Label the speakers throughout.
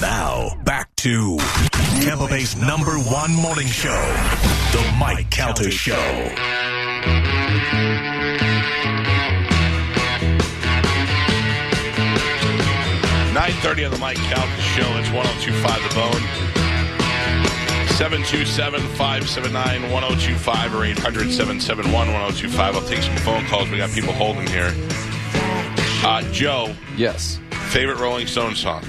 Speaker 1: Now, back to Tampa Bay's number one morning show, The Mike Calter Show.
Speaker 2: Nine thirty on the Mike Calvin Show. It's one zero two five the bone. 727-579-1025 or 800-771-1025. I'll take some phone calls. We got people holding here. Uh, Joe,
Speaker 3: Yes.
Speaker 2: favorite Rolling Stone song?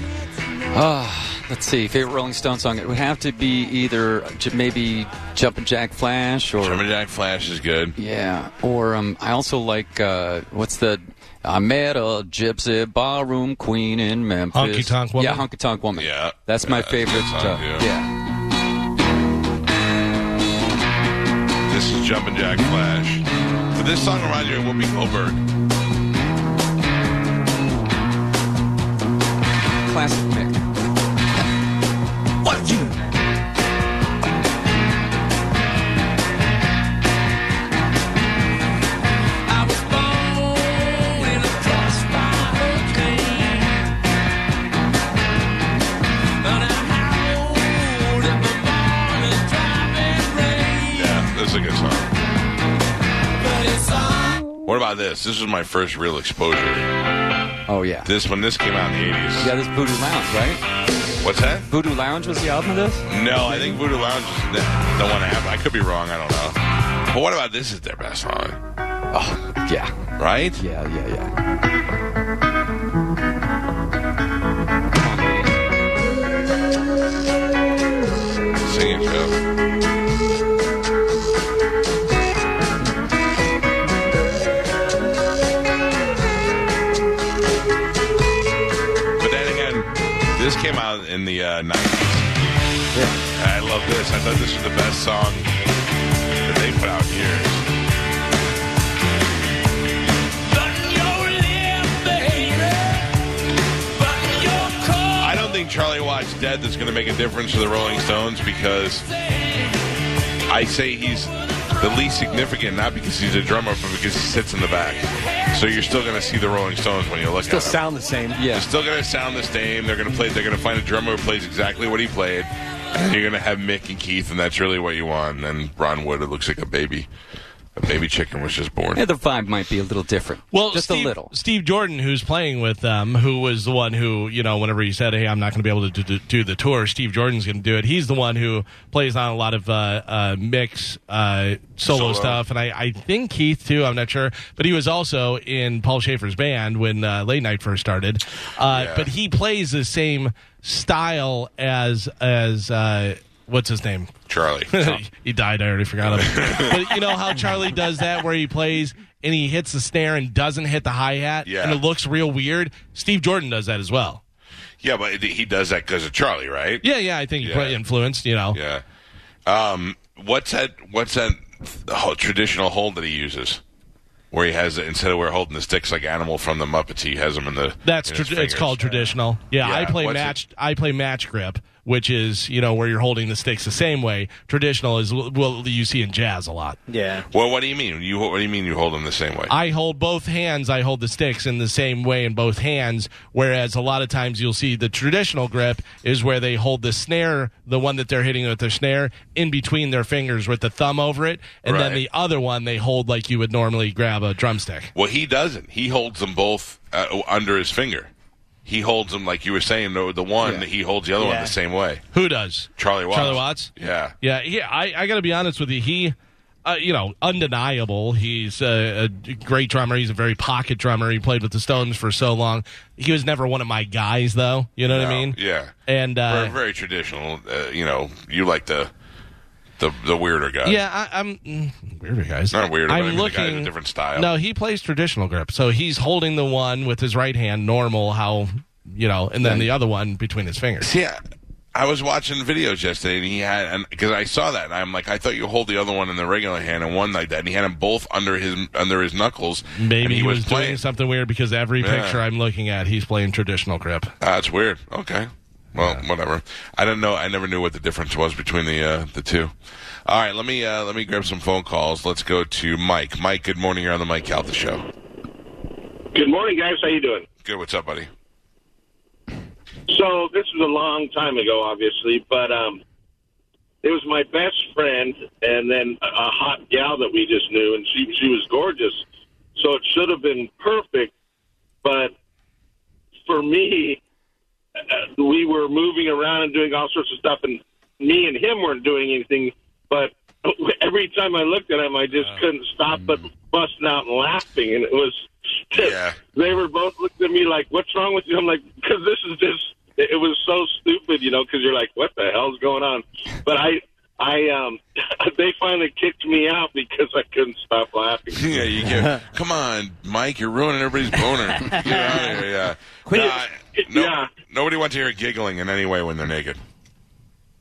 Speaker 3: Ah, let's see. Favorite Rolling Stone song? It would have to be either j- maybe Jumpin' Jack Flash or
Speaker 2: German Jack Flash is good.
Speaker 3: yeah, or um, I also like uh, what's the I met a gypsy barroom queen in Memphis.
Speaker 4: Honky Tonk Woman?
Speaker 3: Yeah, honky tonk woman.
Speaker 2: Yeah.
Speaker 3: that's my
Speaker 2: Yeah, that's a good
Speaker 3: favorite.
Speaker 2: song,
Speaker 3: uh,
Speaker 2: yeah.
Speaker 3: yeah,
Speaker 2: This is Jumpin' Jack Flash. But this song reminds me of Whoopi Goldberg.
Speaker 3: classic pick.
Speaker 2: Yeah, this is a good song. What about this? This was my first real exposure.
Speaker 3: Oh yeah,
Speaker 2: This when this came out in the 80s.
Speaker 3: yeah. This Voodoo Lounge, right?
Speaker 2: What's that?
Speaker 3: Voodoo Lounge was the album of this.
Speaker 2: No, I think Voodoo Lounge is the, the one I have. I could be wrong. I don't know. But what about this is their best song,
Speaker 3: Oh yeah,
Speaker 2: right?
Speaker 3: yeah, yeah, yeah.
Speaker 2: Sing it, Joe. But then again, this came out in the uh, 90s.
Speaker 3: yeah.
Speaker 2: And I love this. I thought this was the best song that they put out in years. I don't think Charlie Watts dead that's going to make a difference to the Rolling Stones because I say he's the least significant, not because he's a drummer, but because he sits in the back. So you're still going to see the Rolling Stones when you look
Speaker 4: Still
Speaker 2: at them.
Speaker 4: sound the same.
Speaker 3: Yeah.
Speaker 2: They're still going to sound the same. They're going to play. They're going to find a drummer who plays exactly what he played. And you're going to have Mick and Keith, and that's really what you want. And then Ron Wood, it looks like a baby. A baby chicken was just born.
Speaker 3: Yeah, the vibe might be a little different.
Speaker 4: Well,
Speaker 3: just
Speaker 4: Steve,
Speaker 3: a little.
Speaker 4: Steve Jordan, who's playing with them, who was the one who, you know, whenever he said, "Hey, I'm not going to be able to do, do the tour," Steve Jordan's going to do it. He's the one who plays on a lot of uh, uh, mix uh, solo,
Speaker 2: Solo.
Speaker 4: stuff, and I, I think Keith too. I'm not sure, but he was also in Paul Schaefer's band when uh, Late Night first started. Uh,
Speaker 2: Yeah.
Speaker 4: But he plays the same style as as uh, what's his name?
Speaker 2: Charlie.
Speaker 4: he died. I already forgot him. but you know how Charlie does that, where he plays and he hits the snare and doesn't hit the hi hat,
Speaker 2: Yeah.
Speaker 4: and it looks real weird. Steve Jordan does that as well.
Speaker 2: yeah, but he does that because of Charlie, right?
Speaker 4: Yeah, yeah, I think he
Speaker 2: Yeah.
Speaker 4: probably influenced. You know,
Speaker 2: Yeah. Um, what's that? What's that ho- traditional hold that he uses? Where he has it instead of we're holding the sticks like animal from the Muppets, he has them in the.
Speaker 4: that's
Speaker 2: in his
Speaker 4: trad- it's
Speaker 2: fingers.
Speaker 4: called traditional. Yeah,
Speaker 2: Yeah,
Speaker 4: I play
Speaker 2: what's it-
Speaker 4: match. I play match grip, which is you know where you're holding the sticks the same way. Traditional is l- what you see in jazz a lot.
Speaker 5: Yeah.
Speaker 2: Well, what do you mean? You what do you mean you hold them the same way?
Speaker 4: I hold both hands. I hold the sticks in the same way in both hands. Whereas a lot of times you'll see the traditional grip is where they hold the snare, the one that they're hitting with their snare, in between their fingers with the thumb over it, and then
Speaker 2: Right.
Speaker 4: the other one they hold like you would normally grab a drumstick.
Speaker 2: Well, he doesn't. He holds them both uh, under his finger. He holds them like you were saying. The, the one he holds the other one
Speaker 5: Yeah.
Speaker 2: the same way.
Speaker 4: Who does?
Speaker 2: Charlie Watts.
Speaker 4: Charlie Watts?
Speaker 2: Yeah.
Speaker 4: Yeah, he, I, I got to be honest with you. He, uh, you know, undeniable. He's a, a great drummer. He's a very pocket drummer. He played with the Stones for so long. He was never one of my guys, though. You know what I
Speaker 2: No,
Speaker 4: mean?
Speaker 2: yeah.
Speaker 4: And uh,
Speaker 2: very, very traditional. Uh, you know, you like the the the weirder guy.
Speaker 4: Yeah, I, I'm mm, weirder guys.
Speaker 2: Not weird, but I
Speaker 4: I'm
Speaker 2: mean the
Speaker 4: looking
Speaker 2: guy with a different style.
Speaker 4: No, he plays traditional grip, so he's holding the one with his right hand, normal how you know, and then the other one between his fingers.
Speaker 2: See, I, I was watching videos yesterday, and he had because I saw that, and I'm like, I thought you hold the other one in the regular hand and one like that, and he had them both under his under his knuckles. and
Speaker 4: Maybe he, was, doing
Speaker 2: playing.
Speaker 4: something weird because every
Speaker 2: Yeah.
Speaker 4: picture I'm looking at, he's playing traditional grip.
Speaker 2: Ah, That's weird. Okay. Well, whatever. I don't know. I never knew what the difference was between the uh, the two. All right, let me uh, let me grab some phone calls. Let's go to Mike. Mike, good morning. You're on the Mike Calta show.
Speaker 5: Good morning, guys. How you doing?
Speaker 2: Good. What's up, buddy?
Speaker 5: So this was a long time ago, obviously, but um, it was my best friend, and then a a hot gal that we just knew, and she she was gorgeous. So it should have been perfect, but for me, uh, we were moving around and doing all sorts of stuff, and me and him weren't doing anything. But every time I looked at him, I just couldn't stop but busting out laughing, and it was.
Speaker 2: Yeah.
Speaker 5: They were both looking at me like, "What's wrong with you?" I'm like, "Because this is just." It it was so stupid, you know, because you're like, "What the hell's going on?" But I, I, um, they finally kicked me out because I couldn't stop laughing.
Speaker 2: Yeah, you get. Come on, Mike. You're ruining everybody's boner. Get out of here. Yeah.
Speaker 6: Quit
Speaker 2: Nah, no-
Speaker 5: Yeah.
Speaker 2: Nobody wants to hear giggling in any way when they're naked.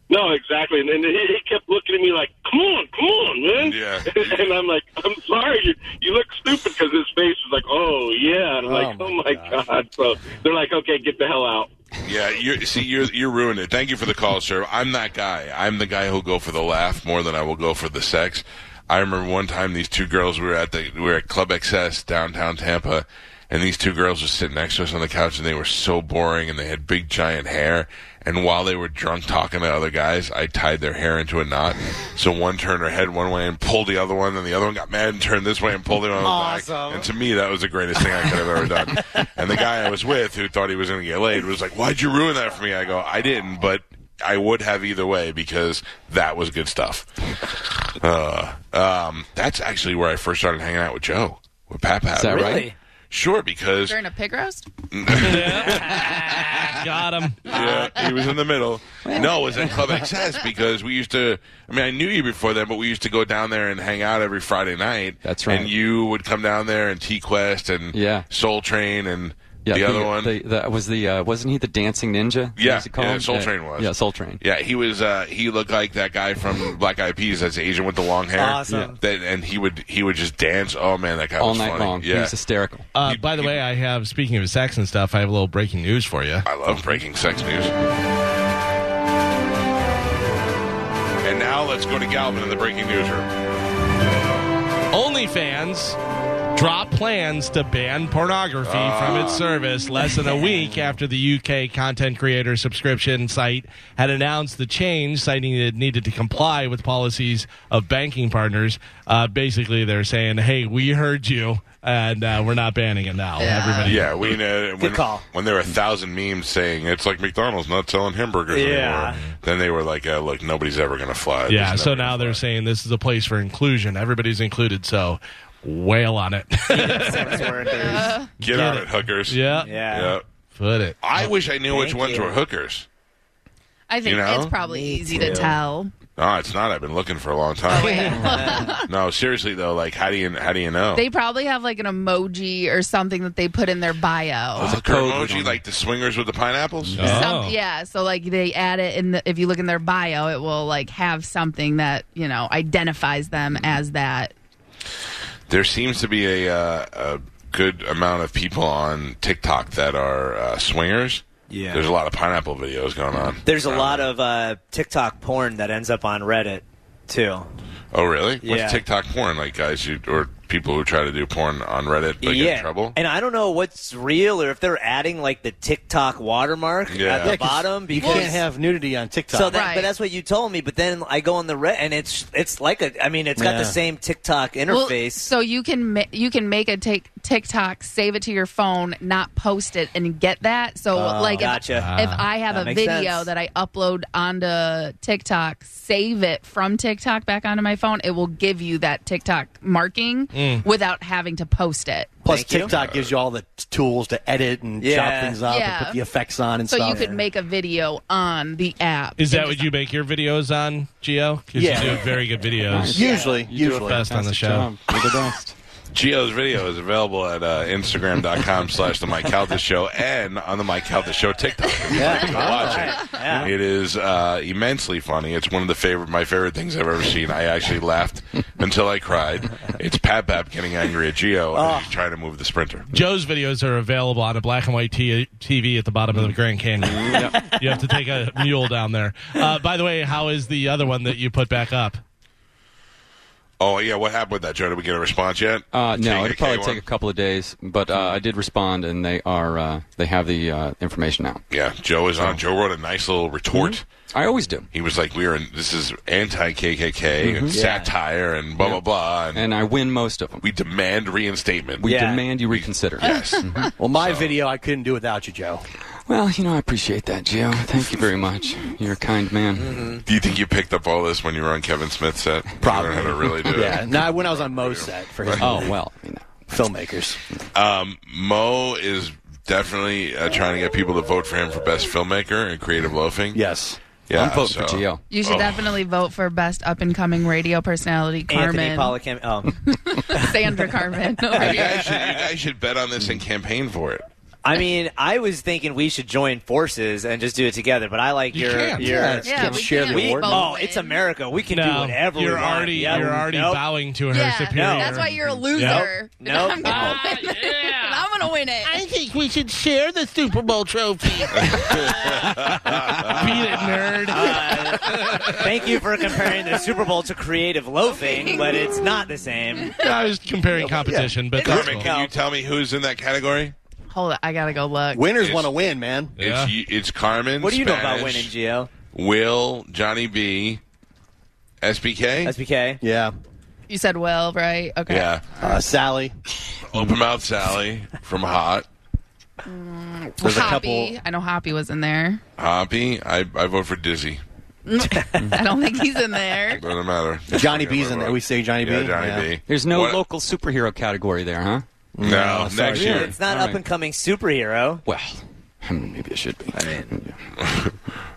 Speaker 5: No, exactly. And, and he, he kept looking at me like, "Come on, come on, man."
Speaker 2: Yeah.
Speaker 5: and I'm like, "I'm sorry, you, you look stupid." Because his face was like, "Oh yeah," and I'm like,
Speaker 6: Oh,
Speaker 5: "Oh
Speaker 6: my
Speaker 5: my god. So they're like, "Okay, get the hell out."
Speaker 2: Yeah, you see, you're you ruined it. Thank you for the call, sir. I'm that guy. I'm the guy who'll go for the laugh more than I will go for the sex. I remember one time these two girls we were at the we were at Club XS downtown Tampa, and these two girls were sitting next to us on the couch, and they were so boring, and they had big giant hair. And while they were drunk talking to other guys, I tied their hair into a knot. So one turned her head one way and pulled the other one, and the other one got mad and turned this way and pulled the other one back.
Speaker 6: Awesome.
Speaker 2: And to me, that was the greatest thing I could have ever done. And the guy I was with, who thought he was going to get laid, was like, "Why'd you ruin that for me?" I go, "I didn't, but I would have either way because that was good stuff." Uh, um, that's actually where I first started hanging out with Joe, with Pat Pat.
Speaker 3: that right?
Speaker 6: Really?
Speaker 2: Sure, because
Speaker 7: During a pig roast?
Speaker 4: Got him.
Speaker 2: yeah, he was in the middle. No, it was at Club XS because we used to. I mean, I knew you before then, but we used to go down there and hang out every Friday night.
Speaker 3: That's right.
Speaker 2: And you would come down there and T Quest and
Speaker 3: Yeah.
Speaker 2: Soul Train and the, other one.
Speaker 3: the- that was the uh, wasn't he the dancing ninja?
Speaker 2: Yeah,
Speaker 3: Was he called?
Speaker 2: yeah, Soul Train was.
Speaker 3: Yeah, Soul Train.
Speaker 2: yeah, he was. Uh, he looked like that guy from Black Eyed Peas, that's Asian with the long hair.
Speaker 6: Awesome.
Speaker 2: That, and he would he would just dance. Oh man, that guy
Speaker 3: All
Speaker 2: was
Speaker 3: night
Speaker 2: funny.
Speaker 3: long. He
Speaker 2: Yeah,
Speaker 3: was hysterical.
Speaker 4: Uh, by the way, I have speaking of sex and stuff, I have a little breaking news for you.
Speaker 2: I love breaking sex news. And now let's go to Galvin in the breaking news room.
Speaker 4: OnlyFans drop plans to ban pornography from its service less than a week after the UK content creator subscription site had announced the change, citing it needed to comply with policies of banking partners. Uh, basically, they're saying, hey, we heard you, and uh, we're not banning it now. Everybody.
Speaker 2: Yeah, we know when,
Speaker 6: call.
Speaker 2: when there were a thousand memes saying it's like McDonald's not selling hamburgers
Speaker 6: Yeah.
Speaker 2: anymore. Then they were like, uh, "Look, nobody's ever going to fly." This
Speaker 4: Yeah,
Speaker 2: is
Speaker 4: so
Speaker 2: never gonna
Speaker 4: now
Speaker 2: fly.
Speaker 4: they're saying this is a place for inclusion. Everybody's included, so wail on it.
Speaker 6: Sex workers.
Speaker 2: get, on it, hookers.
Speaker 4: yeah.
Speaker 6: Yeah.
Speaker 2: yeah.
Speaker 4: Put it.
Speaker 2: I wish I knew which
Speaker 6: Thank
Speaker 2: ones
Speaker 6: you.
Speaker 2: were hookers.
Speaker 7: I think
Speaker 2: You know?
Speaker 7: it's probably easy to tell.
Speaker 2: No, it's not. I've been looking for a long
Speaker 6: Oh,
Speaker 2: time. no, seriously though, like how do you how do you know?
Speaker 7: They probably have like an emoji or something that they put in their bio.
Speaker 2: the
Speaker 3: code was
Speaker 2: emoji
Speaker 3: on
Speaker 2: like the swingers with the pineapples?
Speaker 4: Oh.
Speaker 7: Some, yeah, so like they add it in the if you look in their bio, it will like have something that you know identifies them as that.
Speaker 2: There seems to be a, uh, a good amount of people on TikTok that are uh, swingers.
Speaker 6: Yeah.
Speaker 2: there's a lot of pineapple videos going on.
Speaker 6: There's a lot of uh, TikTok porn that ends up on Reddit too.
Speaker 2: Oh, really?
Speaker 6: Yeah.
Speaker 2: What's TikTok porn like, guys? You, or people who try to do porn on Reddit but get in trouble?
Speaker 6: And I don't know what's real or if they're adding like the TikTok watermark
Speaker 2: Yeah.
Speaker 6: at
Speaker 2: Yeah,
Speaker 6: the
Speaker 2: 'cause
Speaker 6: bottom
Speaker 8: You
Speaker 6: because
Speaker 8: can't have nudity on TikTok.
Speaker 6: so that,
Speaker 7: Right.
Speaker 6: but that's what you told me. But then I go on the Reddit and it's it's like a I mean it's got
Speaker 8: Yeah.
Speaker 6: the same TikTok
Speaker 7: Well,
Speaker 6: interface.
Speaker 7: so you can ma- you can make a take TikTok, save it to your phone, not post it, and get that. So like if-
Speaker 6: Oh, gotcha.
Speaker 7: if,
Speaker 8: Ah,
Speaker 7: I have
Speaker 6: That
Speaker 7: a
Speaker 6: makes
Speaker 7: video
Speaker 6: sense.
Speaker 7: that I upload onto TikTok, save it from TikTok back onto my phone, it will give you that TikTok marking
Speaker 8: Mm.
Speaker 7: without having to post it.
Speaker 8: Plus,
Speaker 6: Thank you.
Speaker 8: TikTok gives you all the t- tools to edit and
Speaker 6: Yeah.
Speaker 8: chop things up
Speaker 7: Yeah.
Speaker 8: and put the effects on and
Speaker 7: So
Speaker 8: stuff.
Speaker 7: you could make a video on the app.
Speaker 4: Is that what you make your videos on, Geo? Because
Speaker 8: Yeah.
Speaker 4: you do very good videos.
Speaker 8: usually,
Speaker 3: You do a
Speaker 8: usually.
Speaker 4: Best on the
Speaker 3: fantastic
Speaker 4: show.
Speaker 3: job. You're the best.
Speaker 2: Gio's video is available at uh, Instagram.com slash The Mike Caldas Show and on The Mike Caldas Show TikTok. If you'd like to go watch it.
Speaker 6: Yeah.
Speaker 2: It is uh, immensely funny. It's one of the favorite, my favorite things I've ever seen. I actually laughed until I cried. It's Pat Bap getting angry at Gio
Speaker 6: Oh.
Speaker 2: as he's trying to move the sprinter.
Speaker 4: Joe's videos are available on a black and white t- TV at the bottom of the Grand Canyon. You have to take a mule down there. Uh, by the way, how is the other one that you put back up?
Speaker 2: Oh yeah, what happened with that, Joe? Did we get a response yet?
Speaker 3: Uh, no,
Speaker 2: Taking
Speaker 3: it'll probably
Speaker 2: K1?
Speaker 3: take a couple of days, but uh, I did respond, and they are uh, they have the uh, information now.
Speaker 2: Yeah, Joe is
Speaker 3: Oh.
Speaker 2: on. Joe wrote a nice little retort.
Speaker 3: I always do,
Speaker 2: He was like, "We are in. This is anti KKK and satire and blah blah blah, and,
Speaker 3: Mm-hmm. and I win most of them.
Speaker 2: we demand reinstatement."
Speaker 3: We
Speaker 6: Yeah.
Speaker 3: demand Mm-hmm. you reconsider.
Speaker 2: yes,
Speaker 8: Well, my video I couldn't do without you, Joe.
Speaker 3: Well, you know, I appreciate that, Gio. Thank you very much. You're a kind man.
Speaker 8: Mm-hmm.
Speaker 2: do you think you picked up all this when you were on Kevin Smith's set?
Speaker 8: Probably.
Speaker 2: I don't know how to really do
Speaker 8: Yeah,
Speaker 2: it.
Speaker 8: no, when I was on Mo's set for
Speaker 4: Uh,
Speaker 8: his
Speaker 3: Oh well, you know.
Speaker 8: filmmakers.
Speaker 2: Um, Mo is definitely uh, trying to get people to vote for him for best filmmaker and creative loafing.
Speaker 8: Yes.
Speaker 2: yeah
Speaker 3: I'm voting for
Speaker 2: so-
Speaker 3: Gio.
Speaker 7: You
Speaker 2: Oh.
Speaker 7: should definitely vote for best up and coming radio personality,
Speaker 6: Anthony
Speaker 7: Carmen.
Speaker 6: Policam. Oh,
Speaker 7: Sandra Carmen.
Speaker 2: You guys, should, you guys should bet on this and campaign for it.
Speaker 6: I mean, I was thinking we should join forces and just do it together, but I like
Speaker 4: You
Speaker 6: your
Speaker 4: can't.
Speaker 6: your.
Speaker 7: yeah, we
Speaker 8: share the
Speaker 7: can't we
Speaker 8: award.
Speaker 7: both
Speaker 6: Oh,
Speaker 7: win.
Speaker 6: it's America. We can do whatever
Speaker 4: you're
Speaker 6: we want.
Speaker 4: already
Speaker 6: Yep.
Speaker 4: you're already
Speaker 6: Nope.
Speaker 4: bowing to her
Speaker 7: Yeah,
Speaker 4: superior.
Speaker 7: that's why you're a loser.
Speaker 6: Nope. Nope.
Speaker 7: I'm gonna win it. I'm gonna win it.
Speaker 4: think we should share the Super Bowl trophy. Beat it, nerd.
Speaker 6: Thank you for comparing the Super Bowl to creative loafing, but it's not the same.
Speaker 4: I was comparing competition, but that's
Speaker 2: Carmen,
Speaker 4: cool.
Speaker 2: can you tell me who's in that category?
Speaker 7: Hold on, I gotta go look.
Speaker 8: Winners want to win, man.
Speaker 4: Yeah.
Speaker 2: It's you- it's Carmen.
Speaker 6: What do you know about
Speaker 2: Spanish,
Speaker 6: winning, Gio?
Speaker 2: Will, Johnny B, SBK.
Speaker 6: SBK.
Speaker 8: Yeah.
Speaker 7: You said Will, right? Okay.
Speaker 2: yeah,
Speaker 8: Uh, Sally.
Speaker 2: open mouth Sally from Hot
Speaker 8: There's a
Speaker 7: Hoppy.
Speaker 8: couple-
Speaker 7: I know Hoppy was in there.
Speaker 2: Hoppy. I I vote for Dizzy.
Speaker 7: I don't think he's in there.
Speaker 2: Doesn't matter.
Speaker 8: Johnny B's in there. We say Johnny
Speaker 2: yeah,
Speaker 8: B.
Speaker 2: Johnny B.
Speaker 3: There's no
Speaker 2: What-
Speaker 3: local superhero category there, huh?
Speaker 2: No,
Speaker 8: sorry.
Speaker 2: next
Speaker 3: Yeah.
Speaker 2: year.
Speaker 6: It's not
Speaker 3: All right.
Speaker 6: up and coming superhero.
Speaker 3: Well, hmm, maybe it should be. I mean,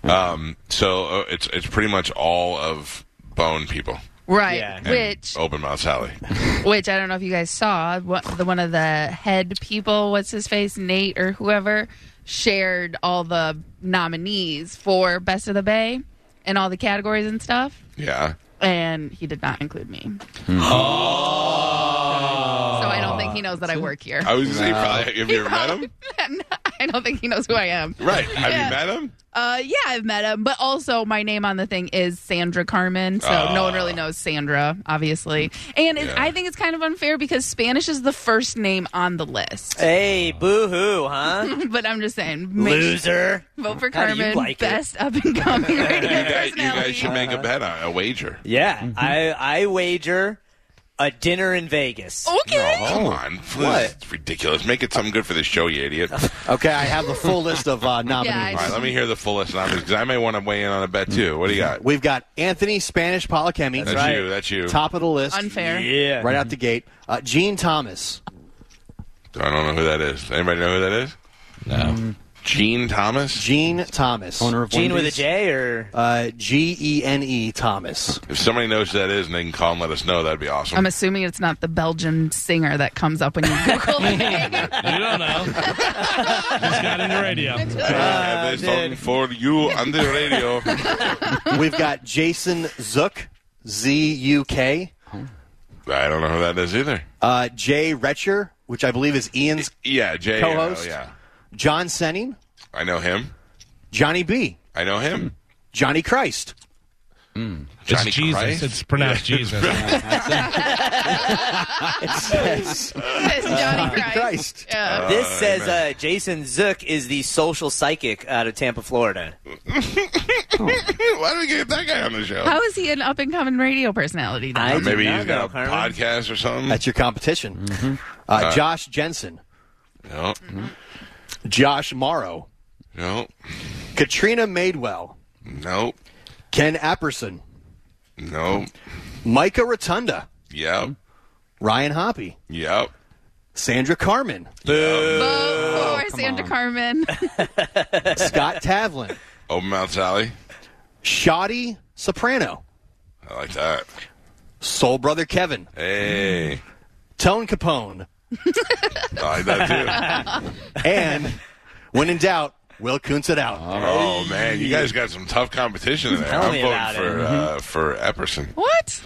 Speaker 2: Um, so uh, it's it's pretty much all of Bone people.
Speaker 7: Right.
Speaker 6: Yeah. And-
Speaker 7: Which
Speaker 2: Open mouth Sally.
Speaker 7: which I don't know if you guys saw, what, the one of the head people, what's his face, Nate or whoever, shared all the nominees for Best of the Bay and all the categories and stuff.
Speaker 2: Yeah.
Speaker 7: and he did not include me.
Speaker 2: Ah.
Speaker 7: So I don't think he knows that I work here.
Speaker 2: I was gonna say probably have you ever met him?
Speaker 7: I don't think he knows who I am.
Speaker 2: Right. Have
Speaker 7: Yeah.
Speaker 2: you met him?
Speaker 7: Uh, yeah, I've met him, but also my name on the thing is Sandra Carmen, so no one really knows Sandra, obviously. And it,
Speaker 2: Ah. Yeah.
Speaker 7: I think it's kind of unfair because Spanish is the first name on the list.
Speaker 6: Hey, boo hoo, huh?
Speaker 7: But I'm just saying, make-
Speaker 6: Loser.
Speaker 7: vote for
Speaker 6: How do you
Speaker 7: Carmen,
Speaker 6: like it?
Speaker 7: best up and coming radio
Speaker 2: You guys, you guys
Speaker 7: personality.
Speaker 2: should make
Speaker 8: Uh-huh.
Speaker 2: a bet on a wager.
Speaker 6: Yeah,
Speaker 4: Mm-hmm.
Speaker 6: I I wager a dinner in Vegas.
Speaker 7: okay,
Speaker 8: Oh.
Speaker 2: Come on, This is
Speaker 6: What?
Speaker 2: ridiculous. Make it something good for the show, you idiot. All
Speaker 8: Okay, I have the full list of uh, nominees.
Speaker 7: Yeah,
Speaker 2: right, let me hear the full list numbers because I may want to weigh in on a bet too. What do you got?
Speaker 8: We've got Anthony Spanish Polachemi.
Speaker 2: That's you. That's you.
Speaker 8: Top of the list.
Speaker 7: unfair.
Speaker 6: Yeah.
Speaker 8: Right out the gate. Uh, Gene Thomas.
Speaker 2: I don't know who that is. Anybody know who that is?
Speaker 4: No.
Speaker 2: Gene Thomas.
Speaker 8: Mm. Gene Thomas.
Speaker 3: owner of
Speaker 6: Gene with a
Speaker 3: Wendy's?
Speaker 6: J or
Speaker 8: Uh, G E N E Thomas.
Speaker 2: If somebody knows who that is and they can call and let us know, that'd be awesome.
Speaker 7: I'm assuming it's not the Belgian singer that comes up when you Google the name.
Speaker 4: You don't know. Just got into radio.
Speaker 2: I have
Speaker 8: Uh,
Speaker 2: this on
Speaker 6: dude.
Speaker 2: for you on the radio.
Speaker 8: We've got Jason Zook. Z U K.
Speaker 2: I don't know who that is either.
Speaker 8: Uh, Jay Retcher, which I believe is Ian's
Speaker 2: Yeah, Jay.
Speaker 8: Co-host?
Speaker 2: Oh, yeah,
Speaker 8: John Senning.
Speaker 2: I know him.
Speaker 8: Johnny B.
Speaker 2: I know him.
Speaker 8: Hmm. Johnny Christ.
Speaker 4: It's
Speaker 2: Johnny
Speaker 4: Jesus.
Speaker 2: Christ?
Speaker 4: It's pronounced Jesus.
Speaker 7: It's Johnny Christ.
Speaker 8: Christ.
Speaker 7: Yeah.
Speaker 6: this says
Speaker 2: amen.
Speaker 6: uh, Jason Zook is the social psychic out of Tampa, Florida.
Speaker 2: Why did we get that guy on the show?
Speaker 7: How is he an up and coming radio personality? Then?
Speaker 6: I
Speaker 2: Or
Speaker 6: do
Speaker 2: maybe
Speaker 6: not
Speaker 2: he's
Speaker 6: know,
Speaker 2: got a
Speaker 6: Carmen.
Speaker 2: podcast or something.
Speaker 8: That's your competition.
Speaker 7: Mm-hmm.
Speaker 8: Uh, Josh Jensen.
Speaker 2: no,
Speaker 8: Josh Morrow.
Speaker 2: no,
Speaker 8: Katrina Madewell.
Speaker 2: no,
Speaker 8: Ken Apperson.
Speaker 2: no.
Speaker 8: Micah Rotunda.
Speaker 2: Yep,
Speaker 8: Ryan Hoppy.
Speaker 2: yep.
Speaker 8: Sandra Carmen.
Speaker 7: Vote for Santa Carmen.
Speaker 8: Scott Tavlin.
Speaker 2: Open mouth Sally.
Speaker 8: Shoddy Soprano.
Speaker 2: I like that.
Speaker 8: Soul Brother Kevin.
Speaker 2: Hey,
Speaker 8: Tone Capone.
Speaker 2: I that too.
Speaker 8: And when in doubt, Will Kuntz it out.
Speaker 2: Oh man, you guys got some tough competition in there. I'm
Speaker 6: Tell me
Speaker 2: voting
Speaker 6: about it.
Speaker 2: for uh, for Epperson.
Speaker 7: What?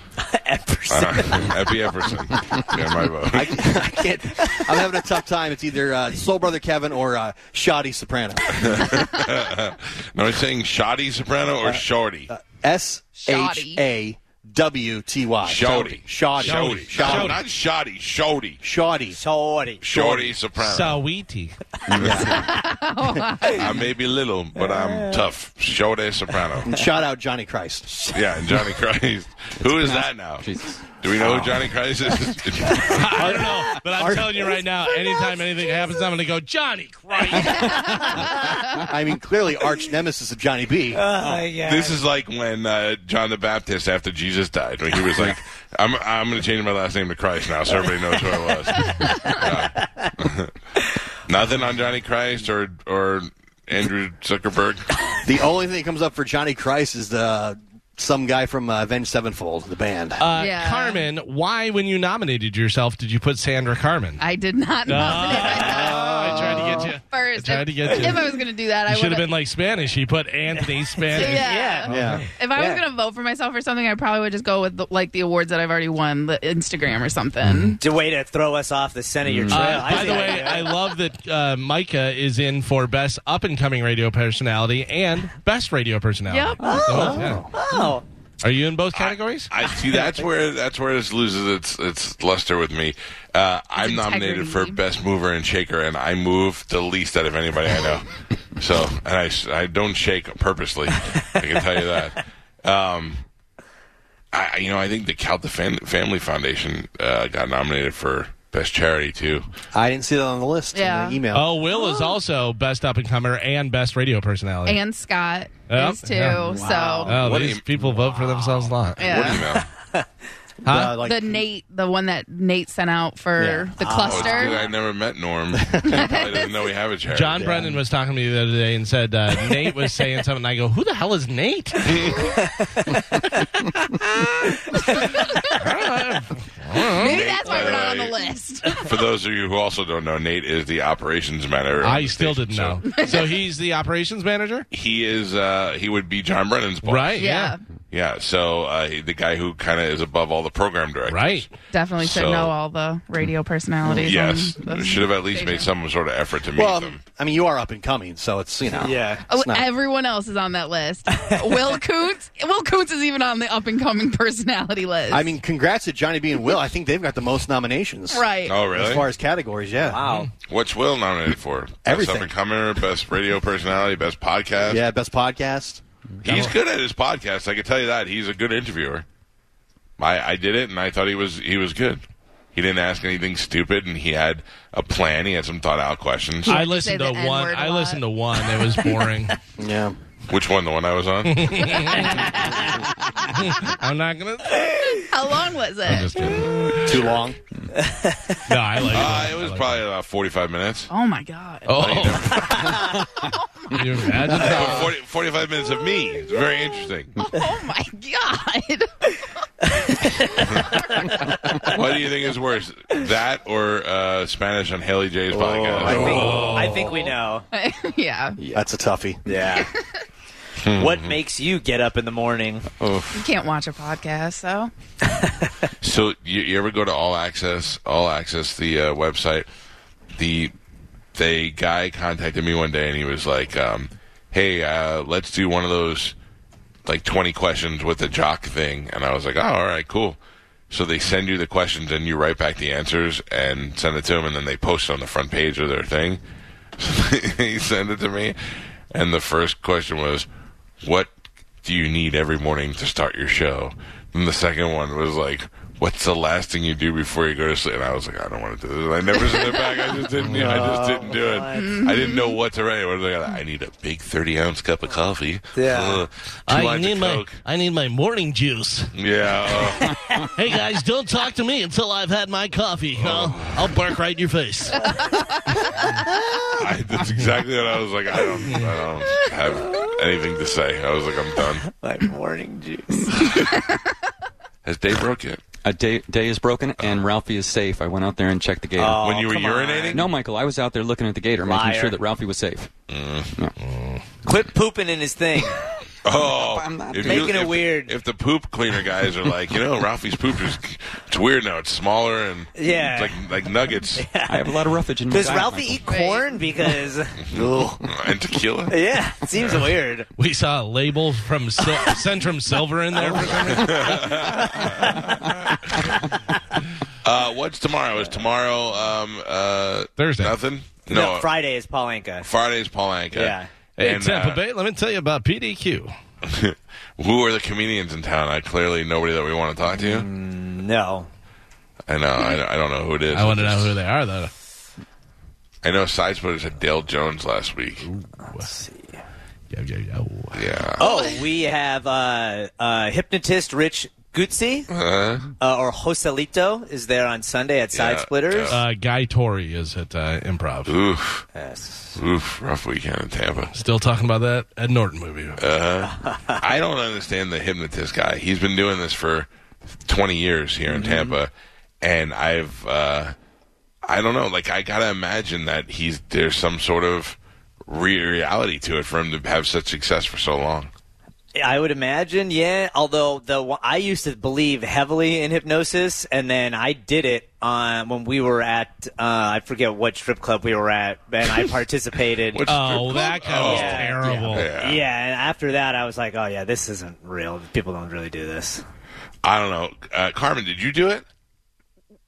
Speaker 2: I don't know. Epi Epperson. Yeah, my vote.
Speaker 8: I, I can't. I'm having a tough time. It's either uh, Soul Brother Kevin or uh, Shoddy Soprano.
Speaker 2: No, I'm saying shoddy soprano or shorty.
Speaker 8: S H A W T Y.
Speaker 2: Shoddy.
Speaker 8: Shoddy.
Speaker 2: Shoddy. No,
Speaker 8: Shoddy.
Speaker 2: not shoddy. Shoddy.
Speaker 8: Shoddy.
Speaker 6: Shorty.
Speaker 2: Shorty soprano.
Speaker 4: Saweetie.
Speaker 2: I may be little, but I'm tough. Shorty soprano.
Speaker 8: Shout out Johnny Christ.
Speaker 2: Yeah, and Johnny Christ. Who is that now?
Speaker 3: Jesus.
Speaker 2: Do we know who Johnny Christ is?
Speaker 4: I don't know, but I'm telling you right now, anytime anything happens, I'm going to go, Johnny Christ.
Speaker 8: I mean, clearly arch nemesis of Johnny B.
Speaker 6: Uh, yeah.
Speaker 2: This is like when uh, John the Baptist, after Jesus died, when he was like, "I'm I'm going to change my last name to Christ now, so everybody knows who I was." Yeah. Nothing on Johnny Christ or or Andrew Zuckerberg.
Speaker 8: The only thing that comes up for Johnny Christ is the some guy from uh, Avenged Sevenfold, the band.
Speaker 4: Uh,
Speaker 7: Yeah.
Speaker 4: Carmen, why, when you nominated yourself, did you put Sandra Carmen?
Speaker 7: I did not nominate
Speaker 8: Oh.
Speaker 7: myself
Speaker 4: I tried to get you.
Speaker 7: first.
Speaker 4: I tried to get you.
Speaker 7: If I was going to do that,
Speaker 4: You
Speaker 7: I
Speaker 4: should
Speaker 7: would
Speaker 4: have been like Spanish. He put Anthony Spanish.
Speaker 7: Yeah.
Speaker 8: yeah.
Speaker 7: If I was
Speaker 8: Yeah.
Speaker 7: going to vote for myself or something, I probably would just go with the, like the awards that I've already won, the Instagram or
Speaker 8: Mm-hmm.
Speaker 7: something.
Speaker 6: It's a way to throw us off the scent of your trail.
Speaker 4: Uh,
Speaker 6: I
Speaker 4: by
Speaker 6: see
Speaker 4: the
Speaker 6: that,
Speaker 4: way,
Speaker 6: yeah.
Speaker 4: I love that uh, Micah is in for best up and coming radio personality and best radio personality.
Speaker 7: Yep.
Speaker 4: Oh, yeah.
Speaker 6: oh,
Speaker 4: Are you in both categories?
Speaker 2: I see. That's where that's where this loses its its luster with me. Uh, I'm nominated for
Speaker 7: integrity.
Speaker 2: best mover and shaker, and I move the least out of anybody I know. So, and I s- I don't shake purposely. I can tell you that. Um, I I- you know I think the Cal Fam- Family Foundation uh, got nominated for best charity too.
Speaker 8: I didn't see that on the list
Speaker 7: Yeah.
Speaker 8: in the email.
Speaker 4: oh, Will is also best up and comer and best radio personality.
Speaker 7: And Scott
Speaker 4: Yep.
Speaker 7: is too.
Speaker 4: Yeah.
Speaker 7: So,
Speaker 4: oh,
Speaker 2: What do
Speaker 4: these
Speaker 2: you-
Speaker 4: people vote for themselves a lot.
Speaker 7: yeah.
Speaker 2: What email?
Speaker 8: Uh, like,
Speaker 7: the Nate, the one that Nate sent out for
Speaker 8: Yeah.
Speaker 7: the
Speaker 2: Oh, it's good. I
Speaker 7: cluster.
Speaker 2: never met Norm. He probably doesn't know we have a charity.
Speaker 4: John Brennan was talking to me the other day and said uh, Nate was saying something. And I go, "Who the hell is Nate?"
Speaker 7: Maybe that's why we're not on the
Speaker 2: Nate,
Speaker 7: list.
Speaker 2: For those of you who also don't know, Nate is the operations manager.
Speaker 4: I still didn't
Speaker 2: So-
Speaker 4: know. So he's the operations manager,
Speaker 2: he is uh he would be John Brennan's boss.
Speaker 4: right?
Speaker 7: Yeah.
Speaker 2: Yeah, so uh he- the guy who kind of is above all the program directors.
Speaker 4: right.
Speaker 7: Definitely should
Speaker 2: So-
Speaker 7: know all the radio personalities.
Speaker 2: Yes.
Speaker 7: on the
Speaker 2: Should have at least made
Speaker 7: station.
Speaker 2: some sort of effort to meet
Speaker 8: well,
Speaker 2: them.
Speaker 8: I mean, you are up and coming, so it's, you know.
Speaker 6: yeah.
Speaker 7: Oh,
Speaker 8: It's not-
Speaker 7: everyone else is on that list. Will Coots. Will Coots is even on the up and coming personality list.
Speaker 8: I mean, congrats to Johnny B and Will. I think they've got the most nominations.
Speaker 7: right.
Speaker 2: Oh, really?
Speaker 8: As far as categories, yeah.
Speaker 6: Wow.
Speaker 2: What's Will nominated for?
Speaker 8: Everything.
Speaker 2: Best up and comer, best radio personality, best podcast.
Speaker 8: Yeah, best podcast.
Speaker 2: He's good at his podcast. I can tell you that. He's a good interviewer. I, I did it, and I thought he was he was good. He didn't ask anything stupid, and he had a plan. He had some thought out questions.
Speaker 4: I
Speaker 7: to say
Speaker 4: listened to
Speaker 7: the N-word
Speaker 4: one.
Speaker 7: a
Speaker 4: I
Speaker 7: lot.
Speaker 4: listened to one. It was boring.
Speaker 8: Yeah.
Speaker 2: Which one? The one I was on?
Speaker 4: I'm not gonna. I'm
Speaker 7: How long was it?
Speaker 4: just kidding.
Speaker 8: Too long.
Speaker 4: No, I like.
Speaker 2: Uh, it
Speaker 4: I
Speaker 2: was
Speaker 4: like
Speaker 2: probably about forty-five minutes.
Speaker 7: Oh my god.
Speaker 4: Oh. Can you imagine
Speaker 2: But
Speaker 4: that?
Speaker 2: 40, 45 Oh, minutes of me. It's very interesting.
Speaker 7: Oh my god.
Speaker 2: What do you think is worse, that or uh, Spanish on Haley J's
Speaker 6: Oh, I
Speaker 2: podcast?
Speaker 6: think, I think we know.
Speaker 7: yeah. You
Speaker 8: That's a toughie.
Speaker 6: Yeah.
Speaker 7: Oh. Mm-hmm.
Speaker 6: what makes you get up in the morning?
Speaker 7: can't watch a podcast, so
Speaker 2: So you, you ever go to All Access? All Access, the uh, website. The the guy contacted me one day and he was like, um, "Hey, uh, let's do one of those like twenty questions with the jock thing." And I was like, "Oh, all right, cool." So they send you the questions and you write back the answers and send it to them, and then they post it on the front page of their thing. So he sent it to me, and the first question was, "What do you need every morning to start your show?" And the second one was like, "What's the last thing you do before you go to sleep?" And I was like, "I don't want to do this." And I never sent it back. I just didn't. I just didn't do it. I didn't know what to write. I was like, I need a big thirty ounce cup of coffee.
Speaker 6: Yeah.
Speaker 2: Ugh, two
Speaker 4: I
Speaker 2: lines of
Speaker 4: need my
Speaker 2: Coke.
Speaker 4: I need my morning juice.
Speaker 2: Yeah. oh.
Speaker 4: Hey guys, don't talk to me until I've had my coffee.
Speaker 2: Oh.
Speaker 4: I'll, I'll bark right in your face.
Speaker 2: I, that's exactly what I was like. I don't, I don't have anything to say. I was like, I'm done.
Speaker 6: Like morning juice.
Speaker 2: Has Dave broke yet?
Speaker 3: a day, day is broken
Speaker 8: Uh-huh.
Speaker 3: and Ralphie is safe. I went out there and checked the gator.
Speaker 2: when you were
Speaker 6: come on.
Speaker 2: urinating?
Speaker 3: No, Michael, I was out there looking at the gator,
Speaker 6: Oh. Liar.
Speaker 3: making sure that Ralphie was safe.
Speaker 6: Quit pooping in his thing.
Speaker 2: Oh,
Speaker 3: I'm not
Speaker 2: if
Speaker 6: Making it
Speaker 2: if-
Speaker 6: weird.
Speaker 2: If the poop cleaner guys are like, you know, Ralphie's poop is it's weird now. It's smaller and it's
Speaker 6: Yeah.
Speaker 2: like like nuggets
Speaker 3: I have a lot of roughage in my
Speaker 6: Does
Speaker 3: diet,
Speaker 6: Ralphie
Speaker 3: Michael.
Speaker 6: eat corn? Because
Speaker 2: and tequila.
Speaker 6: yeah, it seems weird.
Speaker 4: We saw a label from Sil- Centrum Silver in there.
Speaker 2: Uh, what's tomorrow? Is tomorrow um, uh,
Speaker 4: Thursday.
Speaker 2: Nothing.
Speaker 6: No, Friday is Paulinka.
Speaker 2: Friday's Paulanka.
Speaker 6: Yeah.
Speaker 4: Hey,
Speaker 2: And,
Speaker 4: Tampa
Speaker 2: uh,
Speaker 4: Bay, let me tell you about PDQ.
Speaker 2: Who are the comedians in town? I clearly nobody that we want to talk to.
Speaker 6: No.
Speaker 2: I know. I, I don't know who it is.
Speaker 4: I want to know who they are, though.
Speaker 2: I know Sidespot said Dale Jones last week.
Speaker 4: Yeah, yeah, yeah. Oh.
Speaker 2: Yeah.
Speaker 6: Oh, we have uh, uh, hypnotist Rich Guzzi
Speaker 2: Uh,
Speaker 6: uh, or Joselito is there on Sunday at Side
Speaker 2: Yeah,
Speaker 6: Splitters.
Speaker 4: Uh, Guy Torrey is at uh, Improv.
Speaker 2: oof.
Speaker 6: Yes.
Speaker 2: Oof. Rough weekend in Tampa.
Speaker 4: Still talking about that Ed Norton movie.
Speaker 2: I don't understand the hypnotist guy. He's been doing this for 20 years here in Tampa, and I've uh, I don't know. Like I gotta imagine that he's there's some sort of re- reality to it for him to have such success for so long.
Speaker 6: I would imagine, yeah. Although the one- I used to believe heavily in hypnosis, and then I did it uh, when we were at uh, I forget what strip club we were at, and I participated.
Speaker 2: Which-
Speaker 4: Oh, that guy was
Speaker 6: Yeah.
Speaker 4: terrible.
Speaker 2: Yeah.
Speaker 6: yeah, and after that, I was like, oh yeah, this isn't real. People don't really do this.
Speaker 2: I don't know. Uh, Carmen, did you do it?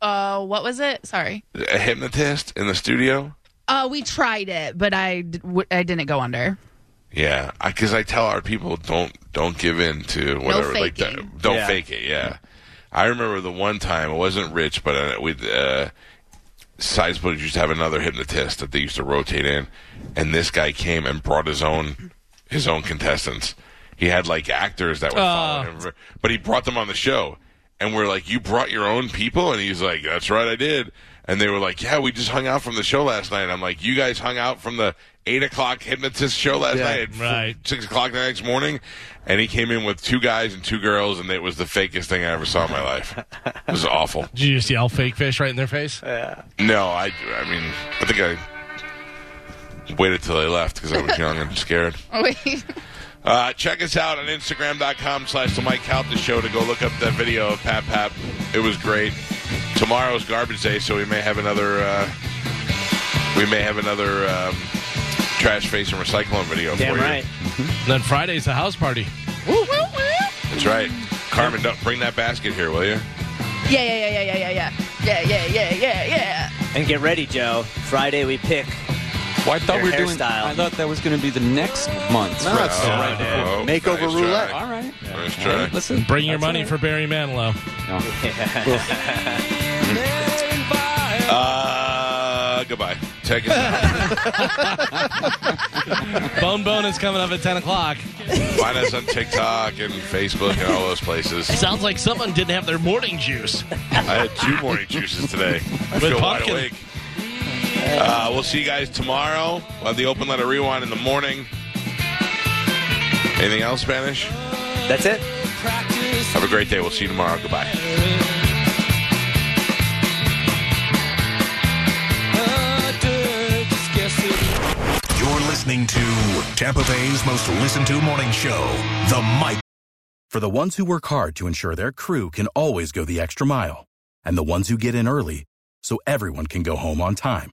Speaker 7: Uh, what was it? Sorry.
Speaker 2: A hypnotist in the studio?
Speaker 7: Uh, we tried it, but I, d- w- I didn't go under.
Speaker 2: Yeah, because I, tell our people don't don't give in to whatever. like
Speaker 7: faking.
Speaker 2: don't- don't
Speaker 6: Yeah.
Speaker 2: fake it. Yeah, I remember the one time it wasn't Rich, but uh, we uh, Sizebug used to have another hypnotist that they used to rotate in, and this guy came and brought his own his own contestants. He had like actors that would follow him, but he brought them on the show, and we're like, "You brought your own people?" And he's like, "That's right, I did." And they were like, "Yeah, we just hung out from the show last night." I'm like, "You guys hung out from the eight o'clock hypnotist show last night at
Speaker 4: right.
Speaker 2: six o'clock the next morning, and he came in with two guys and two girls, and it was the fakest thing I ever saw in my life. It was awful.
Speaker 4: Did you just yell fake fish right in their face?
Speaker 2: No, I, I mean, I think I waited till they left because I was young and scared.
Speaker 7: Wait.
Speaker 2: Uh, check us out on Instagram.com slash The Mike Calta Show to go look up that video of Pap Pap. It was great. Tomorrow's garbage day, so we may have another, uh, we may have another um, trash face and recycling video
Speaker 6: Damn
Speaker 2: for you.
Speaker 6: right.
Speaker 4: Then Friday's the house party.
Speaker 2: That's right. Carmen, don't bring that basket here, will you?
Speaker 7: Yeah, yeah, yeah, yeah, yeah, yeah, yeah, yeah, yeah, yeah, yeah.
Speaker 6: And get ready, Joe. Friday we pick.
Speaker 3: Well, I thought
Speaker 6: Your
Speaker 3: we were doing.
Speaker 6: hairstyle.
Speaker 3: I thought that was going to be the next month.
Speaker 8: No, it's
Speaker 2: Oh,
Speaker 8: right there.
Speaker 2: oh,
Speaker 8: Makeover
Speaker 2: nice try.
Speaker 8: roulette.
Speaker 3: All right.
Speaker 2: Nice try.
Speaker 3: Listen.
Speaker 4: Bring your
Speaker 3: that's
Speaker 4: money
Speaker 3: all
Speaker 4: for
Speaker 3: right.
Speaker 4: Barry Manilow.
Speaker 2: Uh, goodbye. Check us out.
Speaker 4: Bone Bone is coming up at 10 o'clock.
Speaker 2: Find us on TikTok and Facebook and all those places.
Speaker 4: Sounds like someone didn't have their morning juice.
Speaker 2: I had two morning juices today. I
Speaker 4: With
Speaker 2: feel wide
Speaker 4: pumpkin.
Speaker 2: awake. Uh, we'll see you guys tomorrow. We'll have the open letter rewind in the morning. Anything else, Spanish?
Speaker 6: That's it.
Speaker 2: Have a great day. We'll see you tomorrow. Goodbye.
Speaker 1: You're listening to Tampa Bay's most listened to morning show, The Mike.
Speaker 9: For the ones who work hard to ensure their crew can always go the extra mile, and the ones who get in early so everyone can go home on time,